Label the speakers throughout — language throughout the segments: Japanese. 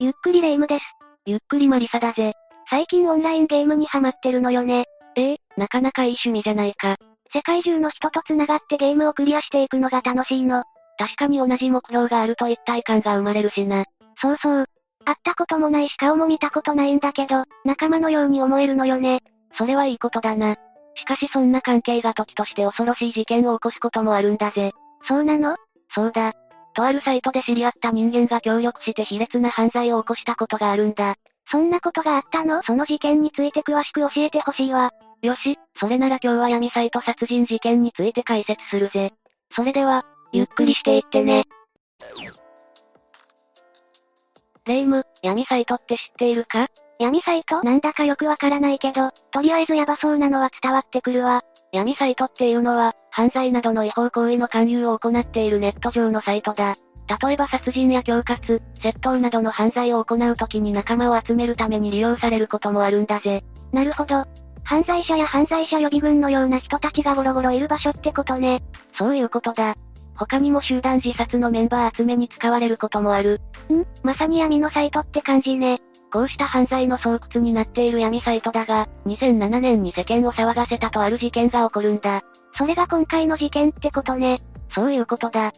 Speaker 1: ゆっくりレ夢ムです。
Speaker 2: ゆっくりマリサだぜ。
Speaker 1: 最近オンラインゲームにハマってるのよね。
Speaker 2: ええなかなかいい趣味じゃないか。
Speaker 1: 世界中の人と繋がってゲームをクリアしていくのが楽しいの。
Speaker 2: 確かに同じ目標があると一体感が生まれるしな。
Speaker 1: そうそう。会ったこともないし顔も見たことないんだけど、仲間のように思えるのよね。
Speaker 2: それはいいことだな。しかしそんな関係が時として恐ろしい事件を起こすこともあるんだぜ。
Speaker 1: そうなの
Speaker 2: そうだ。とあるサイトで知り合った人間が協力して卑劣な犯罪を起こしたことがあるんだ。
Speaker 1: そんなことがあったのその事件について詳しく教えてほしいわ。
Speaker 2: よし、それなら今日は闇サイト殺人事件について解説するぜ。それでは、ゆっくりしていってね。レイム、闇サイトって知っているか
Speaker 1: 闇サイトなんだかよくわからないけど、とりあえずヤバそうなのは伝わってくるわ。
Speaker 2: 闇サイトっていうのは、犯罪などの違法行為の勧誘を行っているネット上のサイトだ。例えば殺人や恐喝、窃盗などの犯罪を行う時に仲間を集めるために利用されることもあるんだぜ。
Speaker 1: なるほど。犯罪者や犯罪者予備軍のような人たちがゴロゴロいる場所ってことね。
Speaker 2: そういうことだ。他にも集団自殺のメンバー集めに使われることもある。
Speaker 1: んまさに闇のサイトって感じね。
Speaker 2: こうした犯罪の巣窟になっている闇サイトだが、2007年に世間を騒がせたとある事件が起こるんだ。
Speaker 1: それが今回の事件ってことね。
Speaker 2: そういうことだ。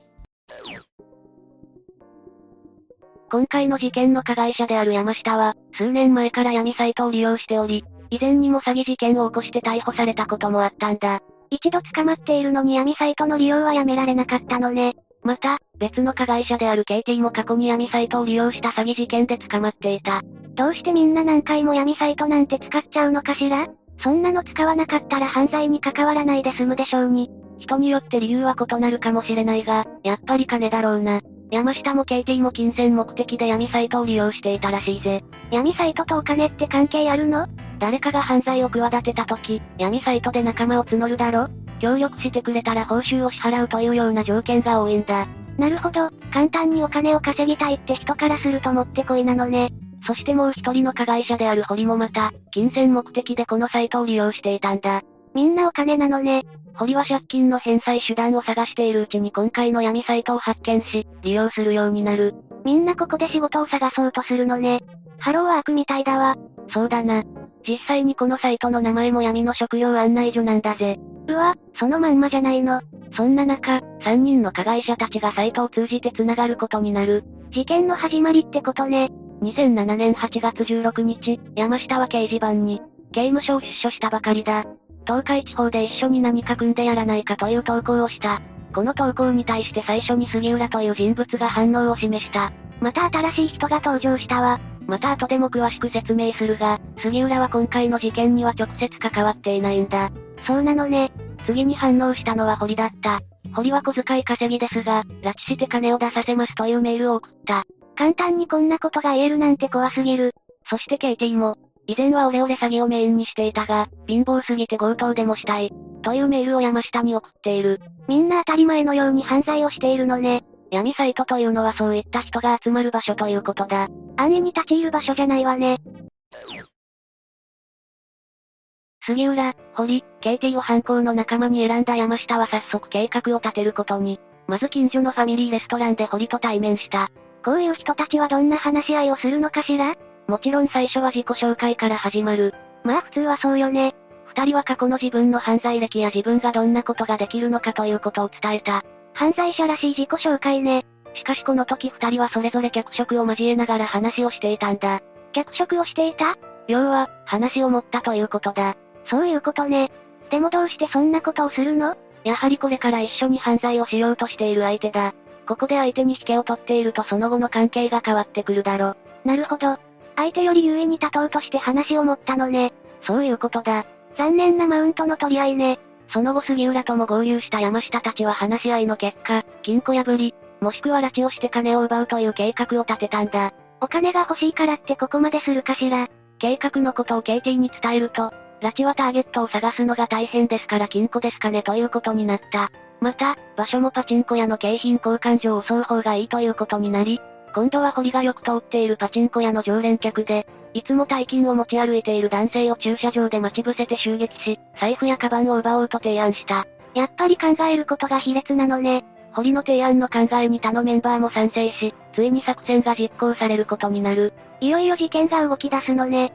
Speaker 2: 今回の事件の加害者である山下は、数年前から闇サイトを利用しており、以前にも詐欺事件を起こして逮捕されたこともあったんだ。
Speaker 1: 一度捕まっているのに闇サイトの利用はやめられなかったのね。
Speaker 2: また、別の加害者である KT も過去に闇サイトを利用した詐欺事件で捕まっていた。
Speaker 1: どうしてみんな何回も闇サイトなんて使っちゃうのかしらそんなの使わなかったら犯罪に関わらないで済むでしょうに。
Speaker 2: 人によって理由は異なるかもしれないが、やっぱり金だろうな。山下も KT も金銭目的で闇サイトを利用していたらしいぜ。
Speaker 1: 闇サイトとお金って関係あるの
Speaker 2: 誰かが犯罪を企てた時、闇サイトで仲間を募るだろ協力してくれたら報酬を支払うというような条件が多いんだ。
Speaker 1: なるほど、簡単にお金を稼ぎたいって人からするともってこいなのね。
Speaker 2: そしてもう一人の加害者である堀もまた、金銭目的でこのサイトを利用していたんだ。
Speaker 1: みんなお金なのね。
Speaker 2: 堀は借金の返済手段を探しているうちに今回の闇サイトを発見し、利用するようになる。
Speaker 1: みんなここで仕事を探そうとするのね。ハローワークみたいだわ。
Speaker 2: そうだな。実際にこのサイトの名前も闇の職業案内所なんだぜ。
Speaker 1: うわ、そのまんまじゃないの。
Speaker 2: そんな中、3人の加害者たちがサイトを通じて繋がることになる。
Speaker 1: 事件の始まりってことね。
Speaker 2: 2007年8月16日、山下は掲示板に、刑務所を出所したばかりだ。東海地方で一緒に何か組んでやらないかという投稿をした。この投稿に対して最初に杉浦という人物が反応を示した。
Speaker 1: また新しい人が登場したわ。
Speaker 2: また後でも詳しく説明するが、杉浦は今回の事件には直接関わっていないんだ。
Speaker 1: そうなのね。
Speaker 2: 次に反応したのは堀だった。堀は小遣い稼ぎですが、拉致して金を出させますというメールを送った。
Speaker 1: 簡単にこんなことが言えるなんて怖すぎる。
Speaker 2: そして KT も、以前はオレオレ詐欺をメインにしていたが、貧乏すぎて強盗でもしたい。というメールを山下に送っている。
Speaker 1: みんな当たり前のように犯罪をしているのね。
Speaker 2: 闇サイトというのはそういった人が集まる場所ということだ。
Speaker 1: 安易に立ち入る場所じゃないわね。
Speaker 2: 杉浦、堀、KT を犯行の仲間に選んだ山下は早速計画を立てることに。まず近所のファミリーレストランで堀と対面した。
Speaker 1: こういう人たちはどんな話し合いをするのかしら
Speaker 2: もちろん最初は自己紹介から始まる。
Speaker 1: まあ普通はそうよね。
Speaker 2: 二人は過去の自分の犯罪歴や自分がどんなことができるのかということを伝えた。
Speaker 1: 犯罪者らしい自己紹介ね。
Speaker 2: しかしこの時二人はそれぞれ脚色を交えながら話をしていたんだ。
Speaker 1: 脚色をしていた
Speaker 2: 要は、話を持ったということだ。
Speaker 1: そういうことね。でもどうしてそんなことをするの
Speaker 2: やはりこれから一緒に犯罪をしようとしている相手だ。ここで相手に引けを取っているとその後の関係が変わってくるだろ。
Speaker 1: なるほど。相手より優位に立とうとして話を持ったのね。
Speaker 2: そういうことだ。
Speaker 1: 残念なマウントの取り合いね。
Speaker 2: その後杉浦とも合流した山下たちは話し合いの結果、金庫破り、もしくは拉致をして金を奪うという計画を立てたんだ。
Speaker 1: お金が欲しいからってここまでするかしら。
Speaker 2: 計画のことを KT に伝えると、拉致はターゲットを探すのが大変ですから金庫ですかねということになった。また、場所もパチンコ屋の景品交換所を襲う方がいいということになり、今度は堀がよく通っているパチンコ屋の常連客で、いつも大金を持ち歩いている男性を駐車場で待ち伏せて襲撃し、財布やカバンを奪おうと提案した。
Speaker 1: やっぱり考えることが卑劣なのね。
Speaker 2: 堀の提案の考えに他のメンバーも賛成し、ついに作戦が実行されることになる。
Speaker 1: いよいよ事件が動き出すのね。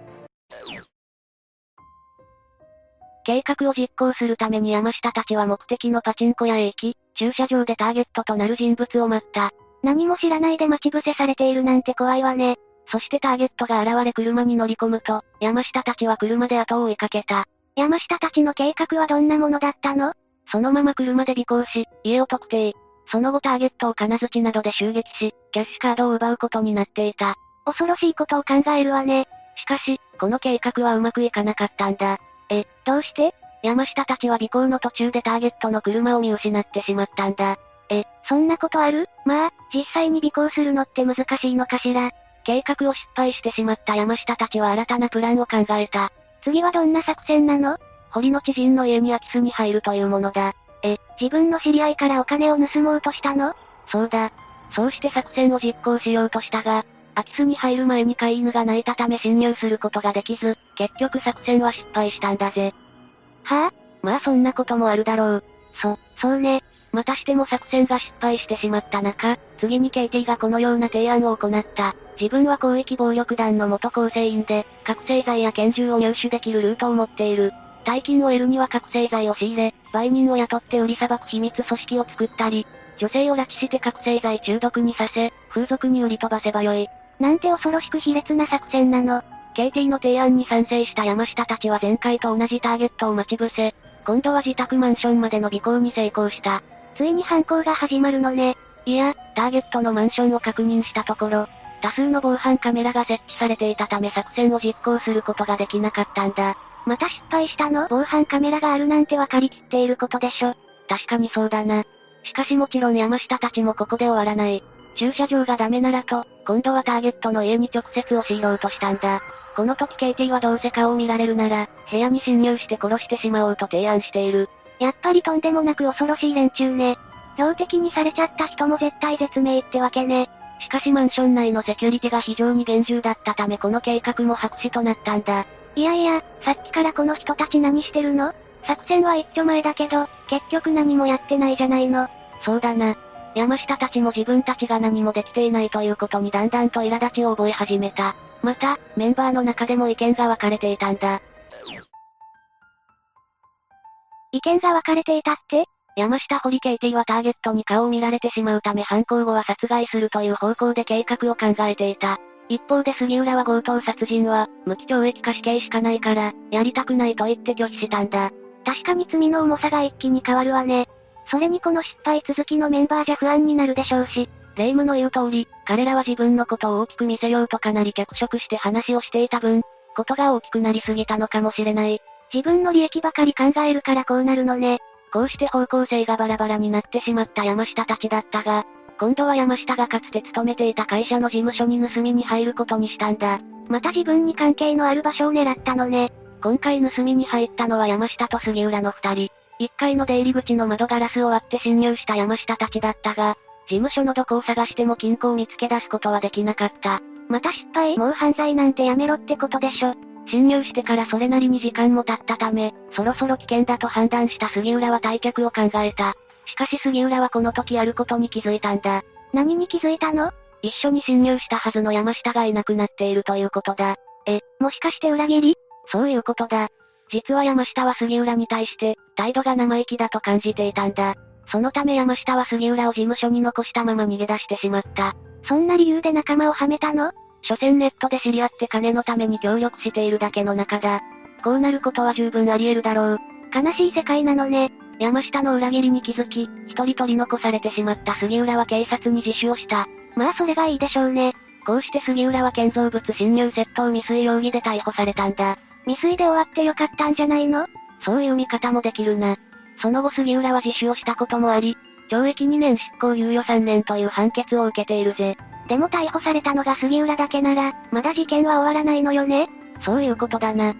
Speaker 2: 計画を実行するために山下たちは目的のパチンコや駅、駐車場でターゲットとなる人物を待った。
Speaker 1: 何も知らないで待ち伏せされているなんて怖いわね。
Speaker 2: そしてターゲットが現れ車に乗り込むと、山下たちは車で後を追いかけた。
Speaker 1: 山下たちの計画はどんなものだったの
Speaker 2: そのまま車で尾行し、家を特定。その後ターゲットを金槌などで襲撃し、キャッシュカードを奪うことになっていた。
Speaker 1: 恐ろしいことを考えるわね。
Speaker 2: しかし、この計画はうまくいかなかったんだ。
Speaker 1: え、どうして
Speaker 2: 山下たちは尾行の途中でターゲットの車を見失ってしまったんだ。
Speaker 1: え、そんなことあるまあ、実際に尾行するのって難しいのかしら。
Speaker 2: 計画を失敗してしまった山下たちは新たなプランを考えた。
Speaker 1: 次はどんな作戦なの
Speaker 2: 堀の知人の家に空き巣に入るというものだ。
Speaker 1: え、自分の知り合いからお金を盗もうとしたの
Speaker 2: そうだ。そうして作戦を実行しようとしたが、空き巣に入る前に飼い犬が泣いたため侵入することができず、結局作戦は失敗したんだぜ。
Speaker 1: はぁ、あ、
Speaker 2: まあそんなこともあるだろう。
Speaker 1: そ、そうね。
Speaker 2: またしても作戦が失敗してしまった中、次にケイティがこのような提案を行った。自分は広域暴力団の元構成員で、覚醒剤や拳銃を入手できるルートを持っている。大金を得るには覚醒剤を仕入れ、売人を雇って売りさばく秘密組織を作ったり、女性を拉致して覚醒剤中毒にさせ、風俗に売り飛ばせばよい。
Speaker 1: なんて恐ろしく卑劣な作戦なの。
Speaker 2: KT の提案に賛成した山下たちは前回と同じターゲットを待ち伏せ、今度は自宅マンションまでの尾行に成功した。
Speaker 1: ついに犯行が始まるのね。
Speaker 2: いや、ターゲットのマンションを確認したところ、多数の防犯カメラが設置されていたため作戦を実行することができなかったんだ。
Speaker 1: また失敗したの防犯カメラがあるなんてわかりきっていることでしょ。
Speaker 2: 確かにそうだな。しかしもちろん山下たちもここで終わらない。駐車場がダメならと、今度はターゲットの家に直接押し入ろうとしたんだ。この時ケイティはどうせ顔を見られるなら、部屋に侵入して殺してしまおうと提案している。
Speaker 1: やっぱりとんでもなく恐ろしい連中ね。標的にされちゃった人も絶対絶命ってわけね。
Speaker 2: しかしマンション内のセキュリティが非常に厳重だったためこの計画も白紙となったんだ。
Speaker 1: いやいや、さっきからこの人たち何してるの作戦は一丁前だけど、結局何もやってないじゃないの。
Speaker 2: そうだな。山下たちも自分たちが何もできていないということにだんだんと苛立ちを覚え始めた。また、メンバーの中でも意見が分かれていたんだ。
Speaker 1: 意見が分かれていたって
Speaker 2: 山下堀ケイティはターゲットに顔を見られてしまうため犯行後は殺害するという方向で計画を考えていた。一方で杉浦は強盗殺人は、無期懲役か死刑しかないから、やりたくないと言って拒否したんだ。
Speaker 1: 確かに罪の重さが一気に変わるわね。それにこの失敗続きのメンバーじゃ不安になるでしょうし、
Speaker 2: 霊夢の言う通り、彼らは自分のことを大きく見せようとかなり脚色して話をしていた分、ことが大きくなりすぎたのかもしれない。
Speaker 1: 自分の利益ばかり考えるからこうなるのね。
Speaker 2: こうして方向性がバラバラになってしまった山下たちだったが、今度は山下がかつて勤めていた会社の事務所に盗みに入ることにしたんだ。
Speaker 1: また自分に関係のある場所を狙ったのね。
Speaker 2: 今回盗みに入ったのは山下と杉浦の二人。一階の出入り口の窓ガラスを割って侵入した山下たちだったが、事務所のどこを探しても金庫を見つけ出すことはできなかった。
Speaker 1: また失敗もう犯罪なんてやめろってことでしょ。
Speaker 2: 侵入してからそれなりに時間も経ったため、そろそろ危険だと判断した杉浦は退却を考えた。しかし杉浦はこの時あることに気づいたんだ。
Speaker 1: 何に気づいたの
Speaker 2: 一緒に侵入したはずの山下がいなくなっているということだ。
Speaker 1: え、もしかして裏切り
Speaker 2: そういうことだ。実は山下は杉浦に対して、態度が生意気だと感じていたんだ。そのため山下は杉浦を事務所に残したまま逃げ出してしまった。
Speaker 1: そんな理由で仲間をはめたの
Speaker 2: 所詮ネットで知り合って金のために協力しているだけの中だ。こうなることは十分あり得るだろう。
Speaker 1: 悲しい世界なのね。
Speaker 2: 山下の裏切りに気づき、一人取り残されてしまった杉浦は警察に自首をした。
Speaker 1: まあそれがいいでしょうね。
Speaker 2: こうして杉浦は建造物侵入窃盗未遂容疑で逮捕されたんだ。
Speaker 1: 未遂で終わってよかったんじゃないの
Speaker 2: そういう見方もできるな。その後杉浦は自首をしたこともあり、懲役2年執行猶予3年という判決を受けているぜ。
Speaker 1: でも逮捕されたのが杉浦だけなら、まだ事件は終わらないのよね
Speaker 2: そういうことだな。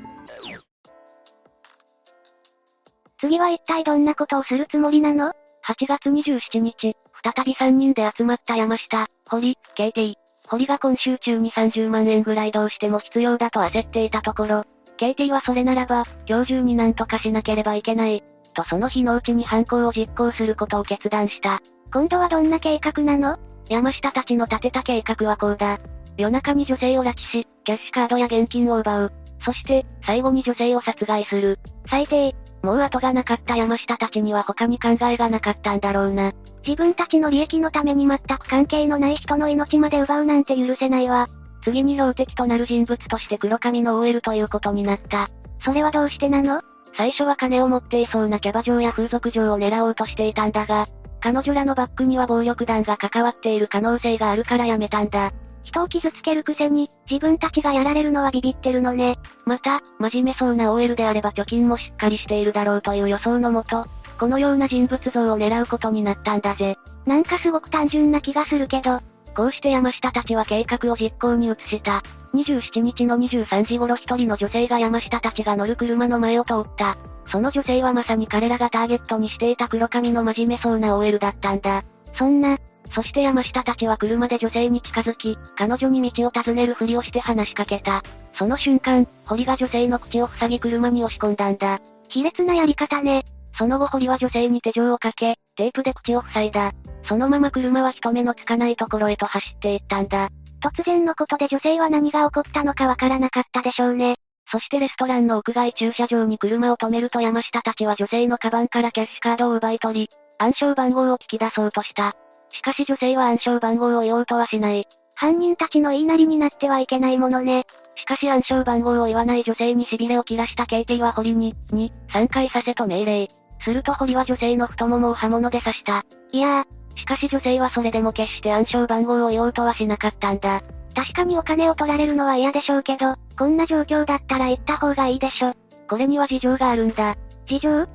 Speaker 1: 次は一体どんなことをするつもりなの
Speaker 2: ?8 月27日、再び3人で集まった山下、堀、KT。堀が今週中に30万円ぐらいどうしても必要だと焦っていたところ、KT はそれならば、今日中になんとかしなければいけない、とその日のうちに犯行を実行することを決断した。
Speaker 1: 今度はどんな計画なの
Speaker 2: 山下たちの立てた計画はこうだ。夜中に女性を拉致し、キャッシュカードや現金を奪う。そして、最後に女性を殺害する。
Speaker 1: 最低。
Speaker 2: もう後がなかった山下たちには他に考えがなかったんだろうな。
Speaker 1: 自分たちの利益のために全く関係のない人の命まで奪うなんて許せないわ。
Speaker 2: 次に標的となる人物として黒髪の OL ということになった。
Speaker 1: それはどうしてなの
Speaker 2: 最初は金を持っていそうなキャバ嬢や風俗嬢を狙おうとしていたんだが、彼女らのバッグには暴力団が関わっている可能性があるからやめたんだ。
Speaker 1: 人を傷つけるくせに、自分たちがやられるのはビビってるのね。
Speaker 2: また、真面目そうな OL であれば貯金もしっかりしているだろうという予想のもと、このような人物像を狙うことになったんだぜ。
Speaker 1: なんかすごく単純な気がするけど、
Speaker 2: こうして山下たちは計画を実行に移した。27日の23時頃一人の女性が山下たちが乗る車の前を通った。その女性はまさに彼らがターゲットにしていた黒髪の真面目そうな OL だったんだ。
Speaker 1: そんな、
Speaker 2: そして山下たちは車で女性に近づき、彼女に道を尋ねるふりをして話しかけた。その瞬間、堀が女性の口を塞ぎ車に押し込んだんだ。
Speaker 1: 卑劣なやり方ね。
Speaker 2: その後堀は女性に手錠をかけ、テープで口を塞いだ。そのまま車は人目のつかないところへと走っていったんだ。
Speaker 1: 突然のことで女性は何が起こったのかわからなかったでしょうね。
Speaker 2: そしてレストランの屋外駐車場に車を止めると山下たちは女性のカバンからキャッシュカードを奪い取り、暗証番号を聞き出そうとした。しかし女性は暗証番号を言おうとはしない。
Speaker 1: 犯人たちの言いなりになってはいけないものね。
Speaker 2: しかし暗証番号を言わない女性に痺れを切らした KT は堀に、に、3回させと命令。すると堀は女性の太ももを刃物で刺した。
Speaker 1: いや
Speaker 2: しかし女性はそれでも決して暗証番号を言おうとはしなかったんだ。
Speaker 1: ー、確かにお金を取られるのは嫌でしょうけど、こんな状況だったら行った方がいいでしょ。
Speaker 2: これには事情があるんだ。
Speaker 1: 事情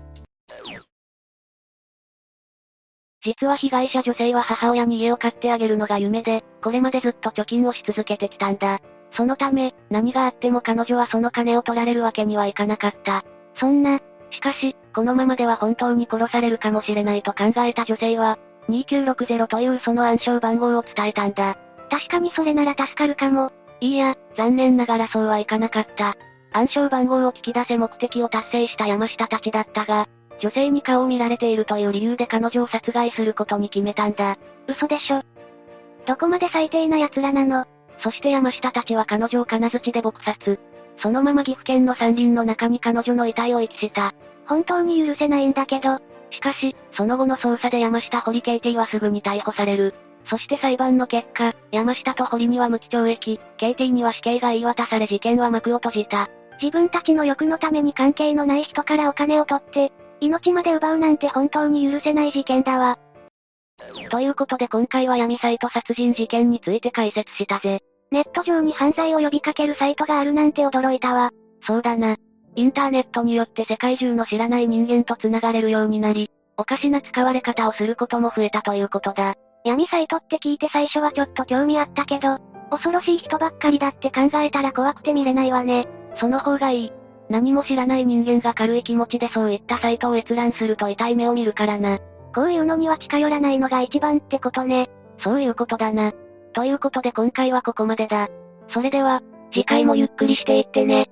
Speaker 2: 実は被害者女性は母親に家を買ってあげるのが夢で、これまでずっと貯金をし続けてきたんだ。そのため、何があっても彼女はその金を取られるわけにはいかなかった。
Speaker 1: そんな、
Speaker 2: しかし、このままでは本当に殺されるかもしれないと考えた女性は、2960というその暗証番号を伝えたんだ。
Speaker 1: 確かにそれなら助かるかも。
Speaker 2: いいや、残念ながらそうはいかなかった。暗証番号を聞き出せ目的を達成した山下たちだったが、女性に顔を見られているという理由で彼女を殺害することに決めたんだ。
Speaker 1: 嘘でしょ。どこまで最低な奴らなの
Speaker 2: そして山下たちは彼女を金槌で撲殺。そのまま岐阜県の山林の中に彼女の遺体を遺棄した。
Speaker 1: 本当に許せないんだけど、
Speaker 2: しかし、その後の捜査で山下堀ケイティはすぐに逮捕される。そして裁判の結果、山下と堀には無期懲役、ケイティには死刑が言い渡され事件は幕を閉じた。
Speaker 1: 自分たちの欲のために関係のない人からお金を取って、命まで奪うなんて本当に許せない事件だわ。
Speaker 2: ということで今回は闇サイト殺人事件について解説したぜ。
Speaker 1: ネット上に犯罪を呼びかけるサイトがあるなんて驚いたわ。
Speaker 2: そうだな。インターネットによって世界中の知らない人間と繋がれるようになり、おかしな使われ方をすることも増えたということだ。
Speaker 1: 闇サイトって聞いて最初はちょっと興味あったけど、恐ろしい人ばっかりだって考えたら怖くて見れないわね。
Speaker 2: その方がいい。何も知らない人間が軽い気持ちでそういったサイトを閲覧すると痛い目を見るからな。
Speaker 1: こういうのには近寄らないのが一番ってことね。
Speaker 2: そういうことだな。ということで今回はここまでだ。それでは、
Speaker 1: 次回もゆっくりしていってね。